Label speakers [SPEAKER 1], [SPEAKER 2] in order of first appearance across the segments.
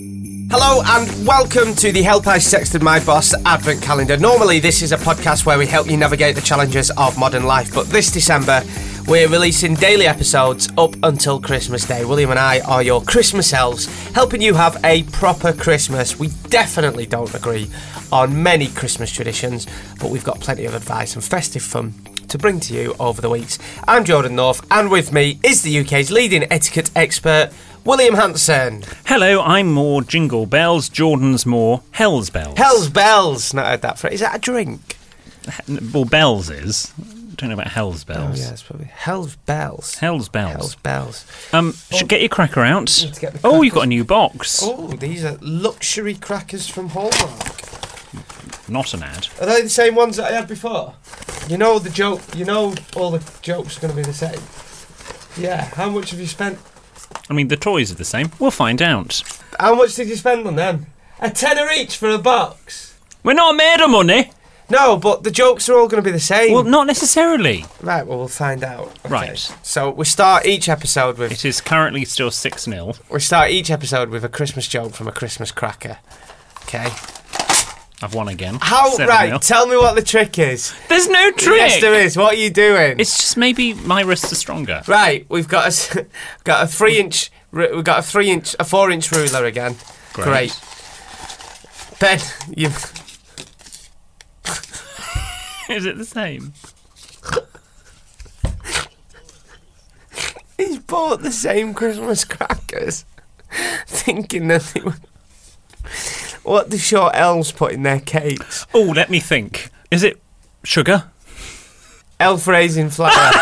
[SPEAKER 1] Hello and welcome to the Help I Sexted My Boss Advent Calendar. Normally, this is a podcast where we help you navigate the challenges of modern life, but this December, we're releasing daily episodes up until Christmas Day. William and I are your Christmas elves, helping you have a proper Christmas. We definitely don't agree on many Christmas traditions, but we've got plenty of advice and festive fun to bring to you over the weeks. I'm Jordan North, and with me is the UK's leading etiquette expert, William Hanson.
[SPEAKER 2] Hello, I'm more Jingle Bells, Jordan's more Hell's Bells.
[SPEAKER 1] Hell's bells. Not heard that phrase. Is that a drink?
[SPEAKER 2] Well, Bells is. Don't know about Hell's Bells.
[SPEAKER 1] it's probably hell's bells.
[SPEAKER 2] Hell's Bells.
[SPEAKER 1] Oh, Hell's bells.
[SPEAKER 2] Um, should get your cracker out.
[SPEAKER 1] Let's get the
[SPEAKER 2] Oh, you've got a new box.
[SPEAKER 1] Oh, these are luxury crackers from Hallmark.
[SPEAKER 2] Not an ad.
[SPEAKER 1] Are they the same ones that I had before? You know the joke. You know all the jokes going to be the same. Yeah. How much have you spent?
[SPEAKER 2] I mean, the toys are the same. We'll find out.
[SPEAKER 1] How much did you spend on them? A tenner each for a box.
[SPEAKER 2] We're not made of money.
[SPEAKER 1] No, but the jokes are all going to be the same.
[SPEAKER 2] Well, not necessarily.
[SPEAKER 1] right. Well, we'll find out. Okay.
[SPEAKER 2] Right.
[SPEAKER 1] So we start each episode with
[SPEAKER 2] It is currently still 6 0.
[SPEAKER 1] we start each episode with a Christmas joke from a Christmas cracker. Okay.
[SPEAKER 2] I've won again.
[SPEAKER 1] How
[SPEAKER 2] 7-0.
[SPEAKER 1] right? Tell me what the trick is.
[SPEAKER 2] There's no trick.
[SPEAKER 1] Yes, there is. What are you doing?
[SPEAKER 2] It's just maybe my wrists are stronger.
[SPEAKER 1] right. We've got a s- got a three inch. ru- We've got a three inch, a four inch ruler again. Great. Ben, you
[SPEAKER 2] is it the same?
[SPEAKER 1] he's bought the same Christmas crackers, thinking that they were. What do short elves put in their cakes?
[SPEAKER 2] Oh, let me think. Is it sugar?
[SPEAKER 1] Elf raising flour.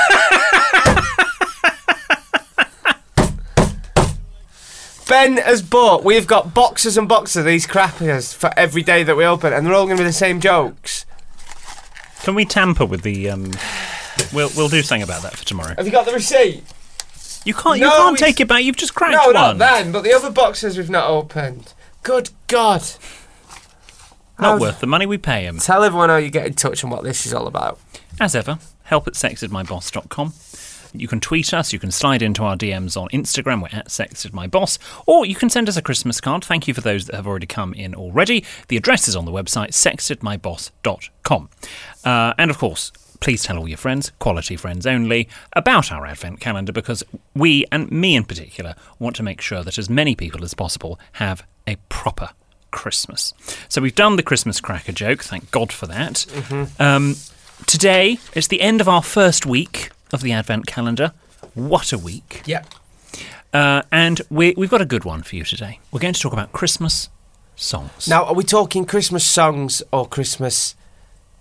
[SPEAKER 1] ben has bought. We've got boxes and boxes of these crackers for every day that we open, and they're all going to be the same jokes.
[SPEAKER 2] Can we tamper with the? Um, we'll we'll do something about that for tomorrow.
[SPEAKER 1] Have you got the receipt?
[SPEAKER 2] You can't
[SPEAKER 1] No,
[SPEAKER 2] you can't
[SPEAKER 1] it's-
[SPEAKER 2] take it back. You've just cracked
[SPEAKER 1] No,
[SPEAKER 2] one.
[SPEAKER 1] not then, but the other boxes we've not opened. Good God.
[SPEAKER 2] Not
[SPEAKER 1] How-
[SPEAKER 2] worth the money we pay him.
[SPEAKER 1] Tell everyone how you get in touch and what this is all about.
[SPEAKER 2] As ever, help at sexedmyboss.com. You can tweet us, you can slide into our DMs on Instagram, we're at sexedmyboss, or you can send us a Christmas card. Thank you for those that have already come in already. The address is on the website, sexedmyboss.com. Uh, and of course, please tell all your friends, quality friends only, about our advent calendar because we, and me in particular, want to make sure that as many people as possible have a proper Christmas. So we've done the Christmas cracker joke, thank God for that. Um, Today, it's the end of our first week of the Advent calendar. What a week.
[SPEAKER 1] Yep.
[SPEAKER 2] Uh, and we, we've got a good one for you today. We're going to talk about Christmas songs.
[SPEAKER 1] Now, are we talking Christmas songs or Christmas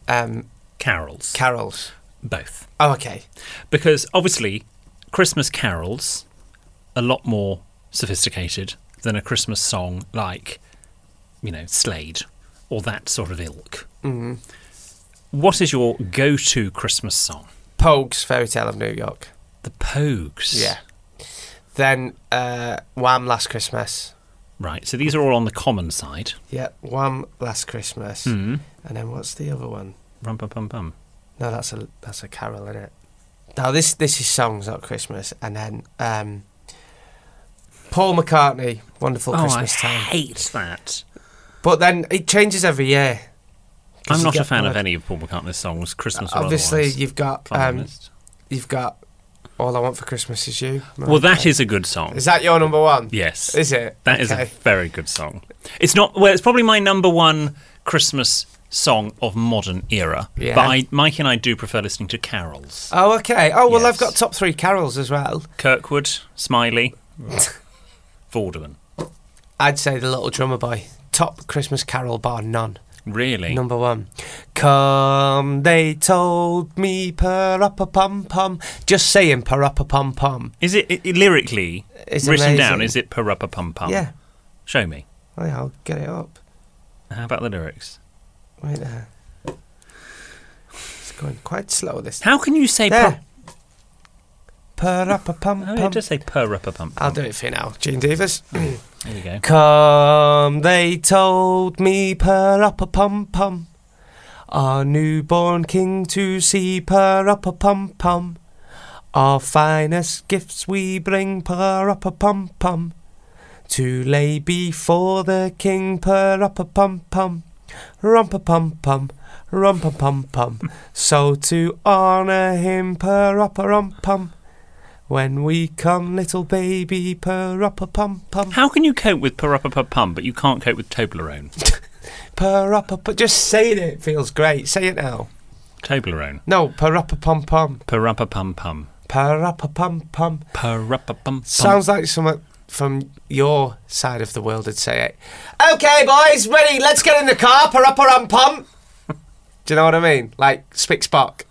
[SPEAKER 1] um,
[SPEAKER 2] carols.
[SPEAKER 1] carols?
[SPEAKER 2] both.
[SPEAKER 1] Oh, okay.
[SPEAKER 2] Because obviously, Christmas carols a lot more sophisticated than a Christmas song like, you know, Slade or that sort of ilk.
[SPEAKER 1] Mm-hmm.
[SPEAKER 2] What is your go to Christmas song?
[SPEAKER 1] Pogues, Fairy Tale of New York.
[SPEAKER 2] The Pogues.
[SPEAKER 1] Yeah. Then uh, Wham Last Christmas.
[SPEAKER 2] Right. So these are all on the common side.
[SPEAKER 1] Yeah, Wham Last Christmas.
[SPEAKER 2] Hmm.
[SPEAKER 1] And then what's the other one?
[SPEAKER 2] Rum pum pum pum.
[SPEAKER 1] No, that's a that's a carol, isn't it? Now this this is songs, not Christmas. And then um, Paul McCartney, Wonderful Christmas
[SPEAKER 2] Oh, I
[SPEAKER 1] Time.
[SPEAKER 2] hate that.
[SPEAKER 1] But then it changes every year. 'Cause
[SPEAKER 2] I'm
[SPEAKER 1] you
[SPEAKER 2] not a
[SPEAKER 1] get
[SPEAKER 2] fan
[SPEAKER 1] one
[SPEAKER 2] of any of Paul McCartney's songs, Christmas or
[SPEAKER 1] Obviously,
[SPEAKER 2] otherwise.
[SPEAKER 1] you've got
[SPEAKER 2] if I'm
[SPEAKER 1] um,
[SPEAKER 2] honest.
[SPEAKER 1] you've got All I Want for Christmas Is You.
[SPEAKER 2] well, that is a good song.
[SPEAKER 1] is that your number one?
[SPEAKER 2] yes,
[SPEAKER 1] Is it?
[SPEAKER 2] that is
[SPEAKER 1] Okay.
[SPEAKER 2] a very good song. It's not. Well, it's probably my number one Christmas song of modern era.
[SPEAKER 1] Yeah.
[SPEAKER 2] But I, Mike and I do prefer listening to carols.
[SPEAKER 1] Oh, okay. Oh, well, I've
[SPEAKER 2] Yes.
[SPEAKER 1] got top three carols as well.
[SPEAKER 2] Kirkwood, Smiley, Vorderman.
[SPEAKER 1] I'd say the Little Drummer Boy. Top Christmas carol bar none.
[SPEAKER 2] Really?
[SPEAKER 1] Number one. Come, they told me parappa pum pum. Just saying parappa pum pum.
[SPEAKER 2] Is it, it lyrically
[SPEAKER 1] It's
[SPEAKER 2] written down?
[SPEAKER 1] amazing.
[SPEAKER 2] Is it Oh. parappa pum pum?
[SPEAKER 1] Yeah.
[SPEAKER 2] Show me.
[SPEAKER 1] Well, yeah, I'll get it up.
[SPEAKER 2] How about the lyrics?
[SPEAKER 1] Wait there. It's going quite slow this time.
[SPEAKER 2] How can you say?
[SPEAKER 1] There.
[SPEAKER 2] par-
[SPEAKER 1] Parappa pum
[SPEAKER 2] oh, it
[SPEAKER 1] pum.
[SPEAKER 2] does say parappa pum.
[SPEAKER 1] I'll
[SPEAKER 2] pum.
[SPEAKER 1] do it for you now. Gene Davis.
[SPEAKER 2] There you go.
[SPEAKER 1] Come, they told me, per up a pum pum. Our newborn king to see, per up a pum pum. Our finest gifts we bring, per up a pum pum. To lay before the king, per up a pum pum, rump a pum pum, rump a pum pum. So to honour him, per up a rum pum. When we come, little baby, per up a pum pum,
[SPEAKER 2] How can you cope with parappa pum, but you can't cope with Toblerone?
[SPEAKER 1] per up a pum. Just saying it feels great. Say it now.
[SPEAKER 2] Toblerone.
[SPEAKER 1] No, per up a pum pum,
[SPEAKER 2] Parappa pum pum.
[SPEAKER 1] per up a pum pum.
[SPEAKER 2] Parappa pum pum.
[SPEAKER 1] Sounds like someone from your side of the world would say it. Okay, boys, ready? Let's get in the car. Parapparam pump. Do you know what I mean? Like Spick Spock.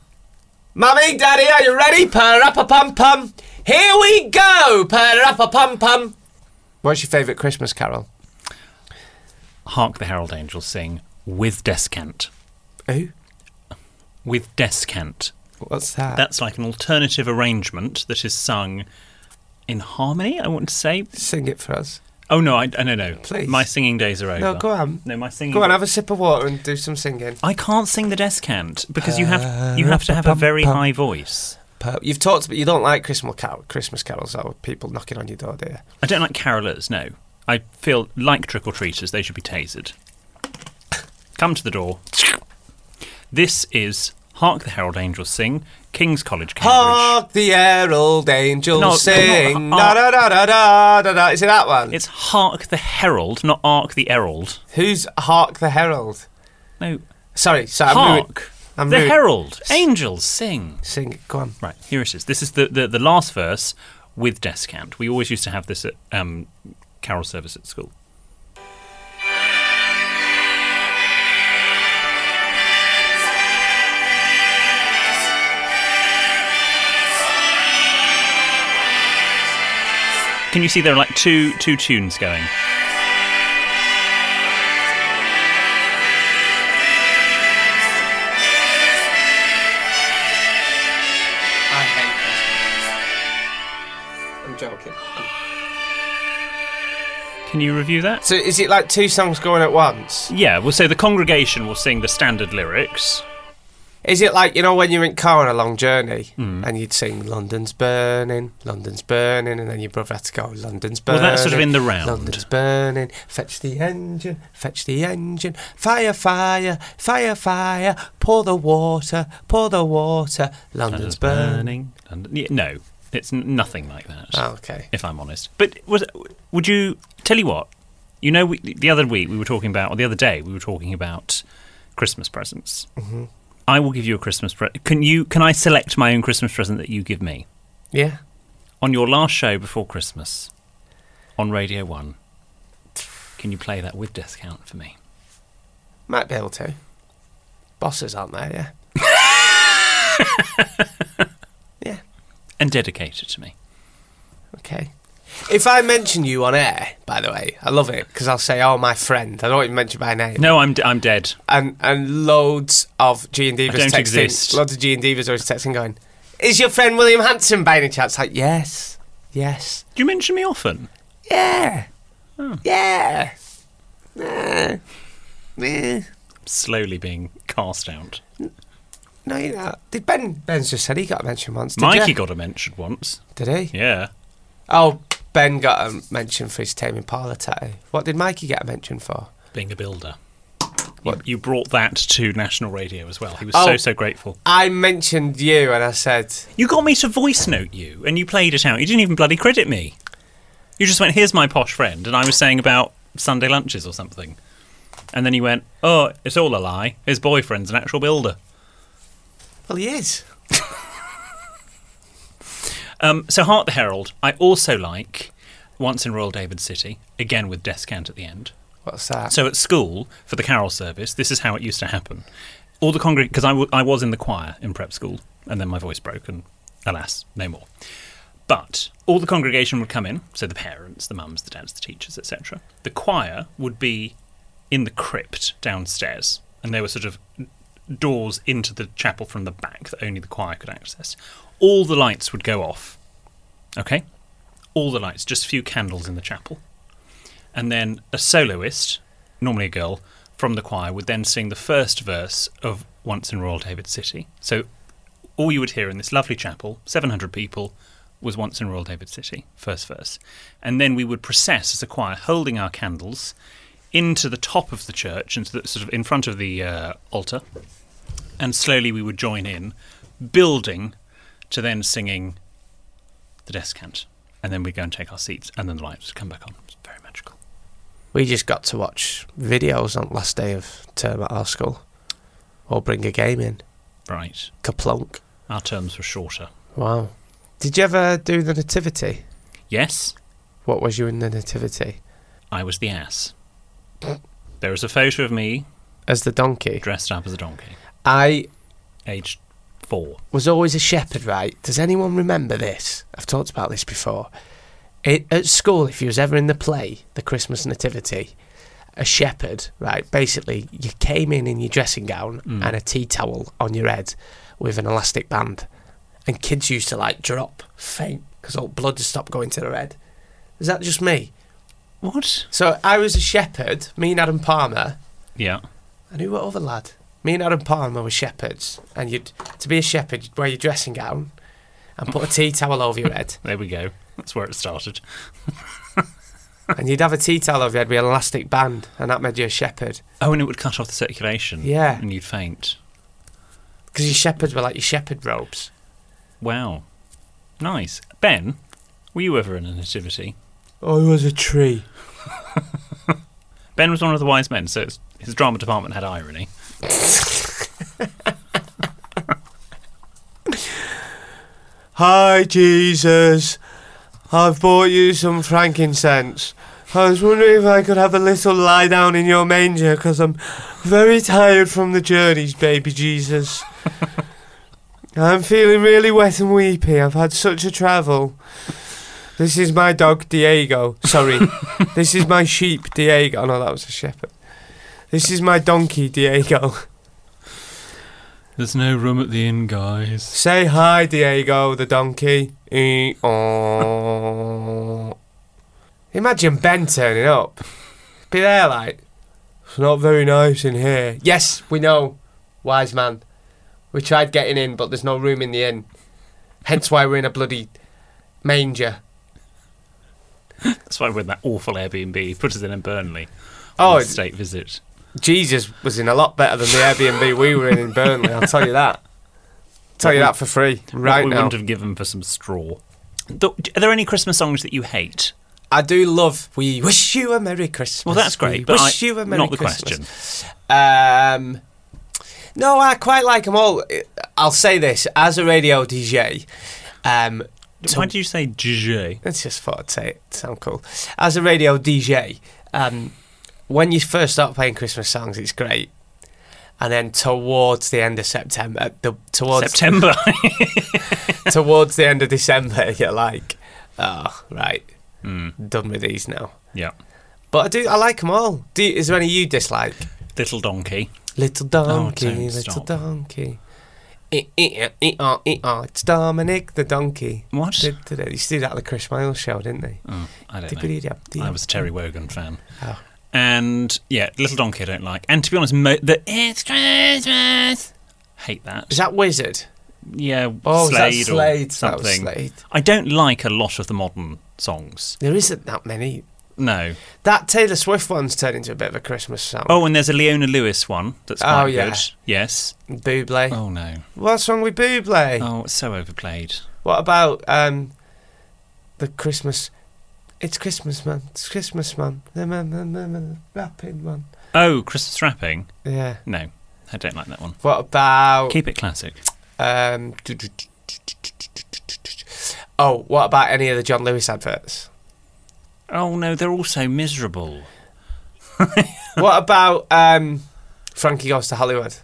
[SPEAKER 1] Mummy, Daddy, are you ready? Parappa pum. Here we go. Parappa pum. What's your favourite Christmas carol?
[SPEAKER 2] Hark the Herald Angels sing with descant.
[SPEAKER 1] Who?
[SPEAKER 2] With descant.
[SPEAKER 1] What's that?
[SPEAKER 2] That's like an alternative arrangement that is sung in harmony, I want to say.
[SPEAKER 1] Sing it for us.
[SPEAKER 2] Oh, no, I, no, no.
[SPEAKER 1] Please.
[SPEAKER 2] My singing days are over.
[SPEAKER 1] No, go on.
[SPEAKER 2] No, my singing.
[SPEAKER 1] Go on, have a sip of water and do some singing.
[SPEAKER 2] I can't sing the descant because you have you have to have a very high voice.
[SPEAKER 1] Per- You've talked, but you don't like Christmas, car- Christmas carols, or people knocking on your door, do you?
[SPEAKER 2] I don't like carolers, no. I feel like trick or treaters, they should be tasered. Come to the door. This is Hark the Herald Angels Sing, King's College, Cambridge.
[SPEAKER 1] Hark the herald angels
[SPEAKER 2] No,
[SPEAKER 1] sing.
[SPEAKER 2] no,
[SPEAKER 1] Da da da da da da da. Is uh, it that one?
[SPEAKER 2] It's Hark the Herald, not Ark the Herald.
[SPEAKER 1] Who's Hark the Herald?
[SPEAKER 2] No,
[SPEAKER 1] Sorry, sorry. I'm ruin-
[SPEAKER 2] Hark
[SPEAKER 1] I'm
[SPEAKER 2] the
[SPEAKER 1] ruin-
[SPEAKER 2] Herald Angels Sing.
[SPEAKER 1] Sing it. Go on.
[SPEAKER 2] Right, here it is. This is the, the, the last verse with descant. We always used to have this at um, carol service at school. Can you see there are like two two tunes going?
[SPEAKER 1] I hate I'm joking.
[SPEAKER 2] Can you review that?
[SPEAKER 1] So is it like two songs going at once?
[SPEAKER 2] Yeah, well, so the congregation will sing the standard lyrics.
[SPEAKER 1] Is it like you know when you're in car on a long journey
[SPEAKER 2] Hmm.
[SPEAKER 1] and you'd sing "London's burning, London's burning," and then your brother had to go "London's burning."
[SPEAKER 2] Well, that's sort of in the round.
[SPEAKER 1] London's burning. Fetch the engine, fetch the engine. Fire, fire, fire, fire. Pour the water, pour the water. London's burning.
[SPEAKER 2] London- yeah, no, it's n- nothing like that.
[SPEAKER 1] Oh, okay.
[SPEAKER 2] If I'm honest, but was, would you tell you what? You know, we, the other week we were talking about, or the other day we were talking about Christmas presents. Mm-hmm. I will give you a Christmas present. Can you? Can I select my own Christmas present that you give me
[SPEAKER 1] Yeah.
[SPEAKER 2] on your last show before Christmas on Radio One? Can you play that with discount for me?
[SPEAKER 1] Might be able to. Bosses aren't there, yeah. yeah.
[SPEAKER 2] And dedicate it to me.
[SPEAKER 1] Okay. If I mention you on air, by the way, I love it because I'll say, "Oh, my friend." I don't even mention by name.
[SPEAKER 2] No, I'm d- I'm dead.
[SPEAKER 1] and and loads of G and Divas
[SPEAKER 2] don't
[SPEAKER 1] texting.
[SPEAKER 2] exist.
[SPEAKER 1] Loads of G and Divas always texting, going, "Is your friend William Hanson by any chance?" Like, yes, yes,
[SPEAKER 2] Do you mention me often?
[SPEAKER 1] yeah,
[SPEAKER 2] Hmm.
[SPEAKER 1] yeah, yeah, yeah.
[SPEAKER 2] slowly being cast out.
[SPEAKER 1] No, you're not. Did Ben? Ben's just said he got a mention once. Did
[SPEAKER 2] Mikey
[SPEAKER 1] ya?
[SPEAKER 2] got a mention once.
[SPEAKER 1] Did he?
[SPEAKER 2] Yeah.
[SPEAKER 1] Oh, Ben got a mention for his Tame Impala tattoo. What did Mikey get a mention for?
[SPEAKER 2] Being a builder. You, you brought that to national radio as well. He was
[SPEAKER 1] Oh.
[SPEAKER 2] so, so grateful.
[SPEAKER 1] I mentioned you, and I said,
[SPEAKER 2] You got me to voice note you and you played it out. You didn't even bloody credit me. You just went, here's my posh friend. And I was saying about Sunday lunches or something. And then you went, oh, it's all a lie. His boyfriend's an actual builder.
[SPEAKER 1] "Well, he is."
[SPEAKER 2] Um, so, Heart the Herald, I also like Once in Royal David City, again with Descant at the end.
[SPEAKER 1] What's that?
[SPEAKER 2] So at school for the carol service, this is how it used to happen. All the congregation, because I, w- I was in the choir in prep school, and then my voice broke, and alas, no more. But all the congregation would come in, so the parents, the mums, the dads, the teachers, etc. The choir would be in the crypt downstairs, and there were sort of doors into the chapel from the back that only the choir could access. All the lights would go off. Okay? All the lights, just a few candles in the chapel and then a soloist, normally a girl, from the choir would then sing the first verse of Once in Royal David City. So all you would hear in this lovely chapel, 700 people, was Once in Royal David City, first verse. And then we would process as a choir, holding our candles into the top of the church, and sort of in front of the uh, altar. And slowly we would join in, building to then singing the descant. And then we'd go and take our seats, and then the lights would come back on. It was very magical.
[SPEAKER 1] We just got to watch videos on last day of term at our school, or bring a game in.
[SPEAKER 2] Right.
[SPEAKER 1] Kaplunk.
[SPEAKER 2] Our terms were shorter.
[SPEAKER 1] Wow. Did you ever do the nativity?
[SPEAKER 2] Yes,
[SPEAKER 1] What was you in the nativity?
[SPEAKER 2] I was the ass. There is a photo of me
[SPEAKER 1] As the donkey.
[SPEAKER 2] dressed up as a donkey,
[SPEAKER 1] I
[SPEAKER 2] aged four.
[SPEAKER 1] was always a shepherd, right? Does anyone remember this? I've talked about this before. It, at school, if you was ever in the play, the Christmas Nativity, a shepherd, right? Basically, you came in in your dressing gown and a tea towel on your head with an elastic band, and kids used to like drop faint because all blood had stopped going to their head. Is that just me?
[SPEAKER 2] What?
[SPEAKER 1] So I was a shepherd. Me and Adam Palmer.
[SPEAKER 2] Yeah.
[SPEAKER 1] And who were other lad? Me and Adam Palmer were shepherds, and you'd to be a shepherd, you'd wear your dressing gown and put a tea towel over your head,
[SPEAKER 2] There we go. That's where it started.
[SPEAKER 1] and you'd have a tea towel over your head with an elastic band, and that made you a shepherd.
[SPEAKER 2] Oh, and it would cut off the circulation.
[SPEAKER 1] Yeah.
[SPEAKER 2] And you'd faint.
[SPEAKER 1] Because your shepherds were like your shepherd robes.
[SPEAKER 2] Wow. Nice. Ben, were you ever in a nativity?
[SPEAKER 1] I Oh, was a tree.
[SPEAKER 2] Ben was one of the wise men, so it's, his drama department had irony.
[SPEAKER 1] Hi Jesus, I've bought you some frankincense. I was wondering if I could have a little lie down in your manger, because I'm very tired from the journeys, baby Jesus. I'm feeling really wet and weepy. I've had such a travel. This is my dog Diego. Sorry, this is my sheep Diego. Oh, no, that was a shepherd. This is my donkey Diego.
[SPEAKER 2] There's no room at the inn, guys.
[SPEAKER 1] Say hi, Diego the donkey. Eh, aw. Imagine Ben turning up. Be there like, it's not very nice in here. Yes, we know, wise man. We tried getting in, but there's no room in the inn. Hence why we're in a bloody manger.
[SPEAKER 2] That's why we're in that awful Airbnb. He put us in in Burnley.
[SPEAKER 1] Oh,
[SPEAKER 2] on a
[SPEAKER 1] it's-
[SPEAKER 2] state visit.
[SPEAKER 1] Jesus was in a lot better than the Airbnb we were in in Burnley. I'll tell you that. Tell you that for free
[SPEAKER 2] what
[SPEAKER 1] right
[SPEAKER 2] we
[SPEAKER 1] now.
[SPEAKER 2] wouldn't have given for some straw. Th- Are there any Christmas songs that you hate?
[SPEAKER 1] I do love. We wish you a Merry Christmas.
[SPEAKER 2] Well, that's
[SPEAKER 1] We
[SPEAKER 2] great, but I,
[SPEAKER 1] wish you a Merry
[SPEAKER 2] not the
[SPEAKER 1] Christmas.
[SPEAKER 2] question.
[SPEAKER 1] Um, no, I quite like them all. I'll say this as a radio DJ. Um, to-
[SPEAKER 2] Why do you say DJ?
[SPEAKER 1] I just thought I'd say it. Sound cool. As a radio DJ, um, when you first start playing Christmas songs, it's great. And then towards the end of September, the, towards
[SPEAKER 2] September.
[SPEAKER 1] towards the end of December, you're like, oh, right,
[SPEAKER 2] Hmm.
[SPEAKER 1] done with these now.
[SPEAKER 2] yeah.
[SPEAKER 1] But I do, I like them all. Do you, is there any you dislike?
[SPEAKER 2] Little Donkey.
[SPEAKER 1] Little donkey,
[SPEAKER 2] don't
[SPEAKER 1] little
[SPEAKER 2] stop.
[SPEAKER 1] donkey. Eh, eh, eh, eh, eh, eh. It's Dominic the donkey.
[SPEAKER 2] What?
[SPEAKER 1] Did, did they? You used to do that at the Chris Miles show, didn't they?
[SPEAKER 2] Oh, I don't know.
[SPEAKER 1] Dibbidi-dab-dee.
[SPEAKER 2] I was a Terry Wogan fan.
[SPEAKER 1] Oh.
[SPEAKER 2] And yeah, Little Donkey I don't like. And to be honest, mo- the It's Christmas. Hate that.
[SPEAKER 1] Is that Wizard?
[SPEAKER 2] Yeah,
[SPEAKER 1] Oh,
[SPEAKER 2] Slade,
[SPEAKER 1] is that Slade?
[SPEAKER 2] or
[SPEAKER 1] That was
[SPEAKER 2] something.
[SPEAKER 1] Slade.
[SPEAKER 2] I don't like a lot of the modern songs.
[SPEAKER 1] There isn't that many.
[SPEAKER 2] No.
[SPEAKER 1] That Taylor Swift one's turned into a bit of a Christmas song.
[SPEAKER 2] Oh, and there's a Leona Lewis one that's
[SPEAKER 1] Oh,
[SPEAKER 2] quite
[SPEAKER 1] yeah.
[SPEAKER 2] good. Yes.
[SPEAKER 1] Buble.
[SPEAKER 2] Oh no.
[SPEAKER 1] What's wrong with Buble?
[SPEAKER 2] Oh, it's so overplayed.
[SPEAKER 1] What about um, the Christmas? It's Christmas, man. It's Christmas, man. The man, man, man, man, Rapping, man.
[SPEAKER 2] Oh, Christmas wrapping.
[SPEAKER 1] Yeah.
[SPEAKER 2] No, I don't like that one.
[SPEAKER 1] What about?
[SPEAKER 2] Keep it classic.
[SPEAKER 1] Um, oh, what about any of the John Lewis adverts?
[SPEAKER 2] Oh no, they're all so miserable.
[SPEAKER 1] what about um, Frankie Goes to Hollywood?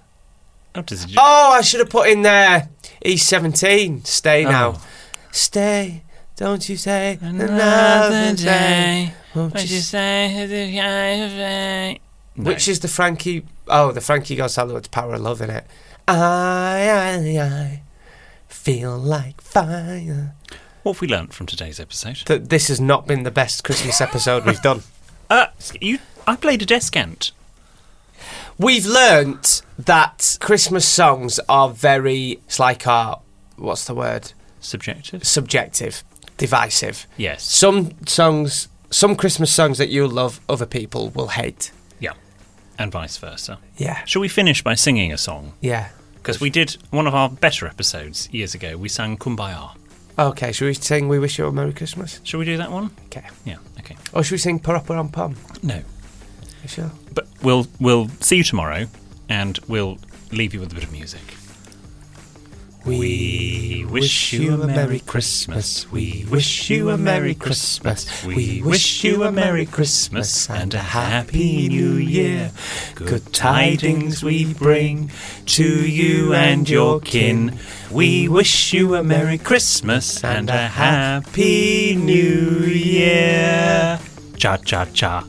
[SPEAKER 2] Oh, does it?
[SPEAKER 1] Oh, I should have put in there. He's 17. Stay now.
[SPEAKER 2] Oh.
[SPEAKER 1] Stay. Don't you say another,
[SPEAKER 2] Another
[SPEAKER 1] day.
[SPEAKER 2] day.
[SPEAKER 1] Won't
[SPEAKER 2] What
[SPEAKER 1] you
[SPEAKER 2] you
[SPEAKER 1] s-
[SPEAKER 2] say? the kind of day. No.
[SPEAKER 1] Which is the Frankie? Oh, the Frankie Goes to Hollywood Power of Love in it. I, I, I feel like fire.
[SPEAKER 2] what have we learnt from today's episode?
[SPEAKER 1] That this has not been the best Christmas episode we've done.
[SPEAKER 2] Uh, you, I played a descant.
[SPEAKER 1] We've learnt that Christmas songs are very. It's like our. What's the word?
[SPEAKER 2] Subjective.
[SPEAKER 1] subjective, divisive.
[SPEAKER 2] Yes.
[SPEAKER 1] Some songs, some Christmas songs that you love, other people will hate.
[SPEAKER 2] Yeah. And vice versa.
[SPEAKER 1] Yeah,
[SPEAKER 2] Shall we finish by singing a song?
[SPEAKER 1] yeah.
[SPEAKER 2] Because we did one of our better episodes years ago. We sang Kumbaya.
[SPEAKER 1] Okay, should we sing "We Wish You a Merry Christmas"?
[SPEAKER 2] Shall we do that one?
[SPEAKER 1] Okay.
[SPEAKER 2] Yeah. Okay.
[SPEAKER 1] Or should we sing "Parappa Pom"?
[SPEAKER 2] No.
[SPEAKER 1] Sure.
[SPEAKER 2] But we'll we'll see you tomorrow, and we'll leave you with a bit of music. We wish you a Merry Christmas. We wish you a Merry Christmas. We wish you a Merry Christmas and a Happy New Year. Good tidings we bring to you and your kin. We wish you a Merry Christmas and a Happy New Year. Cha cha cha.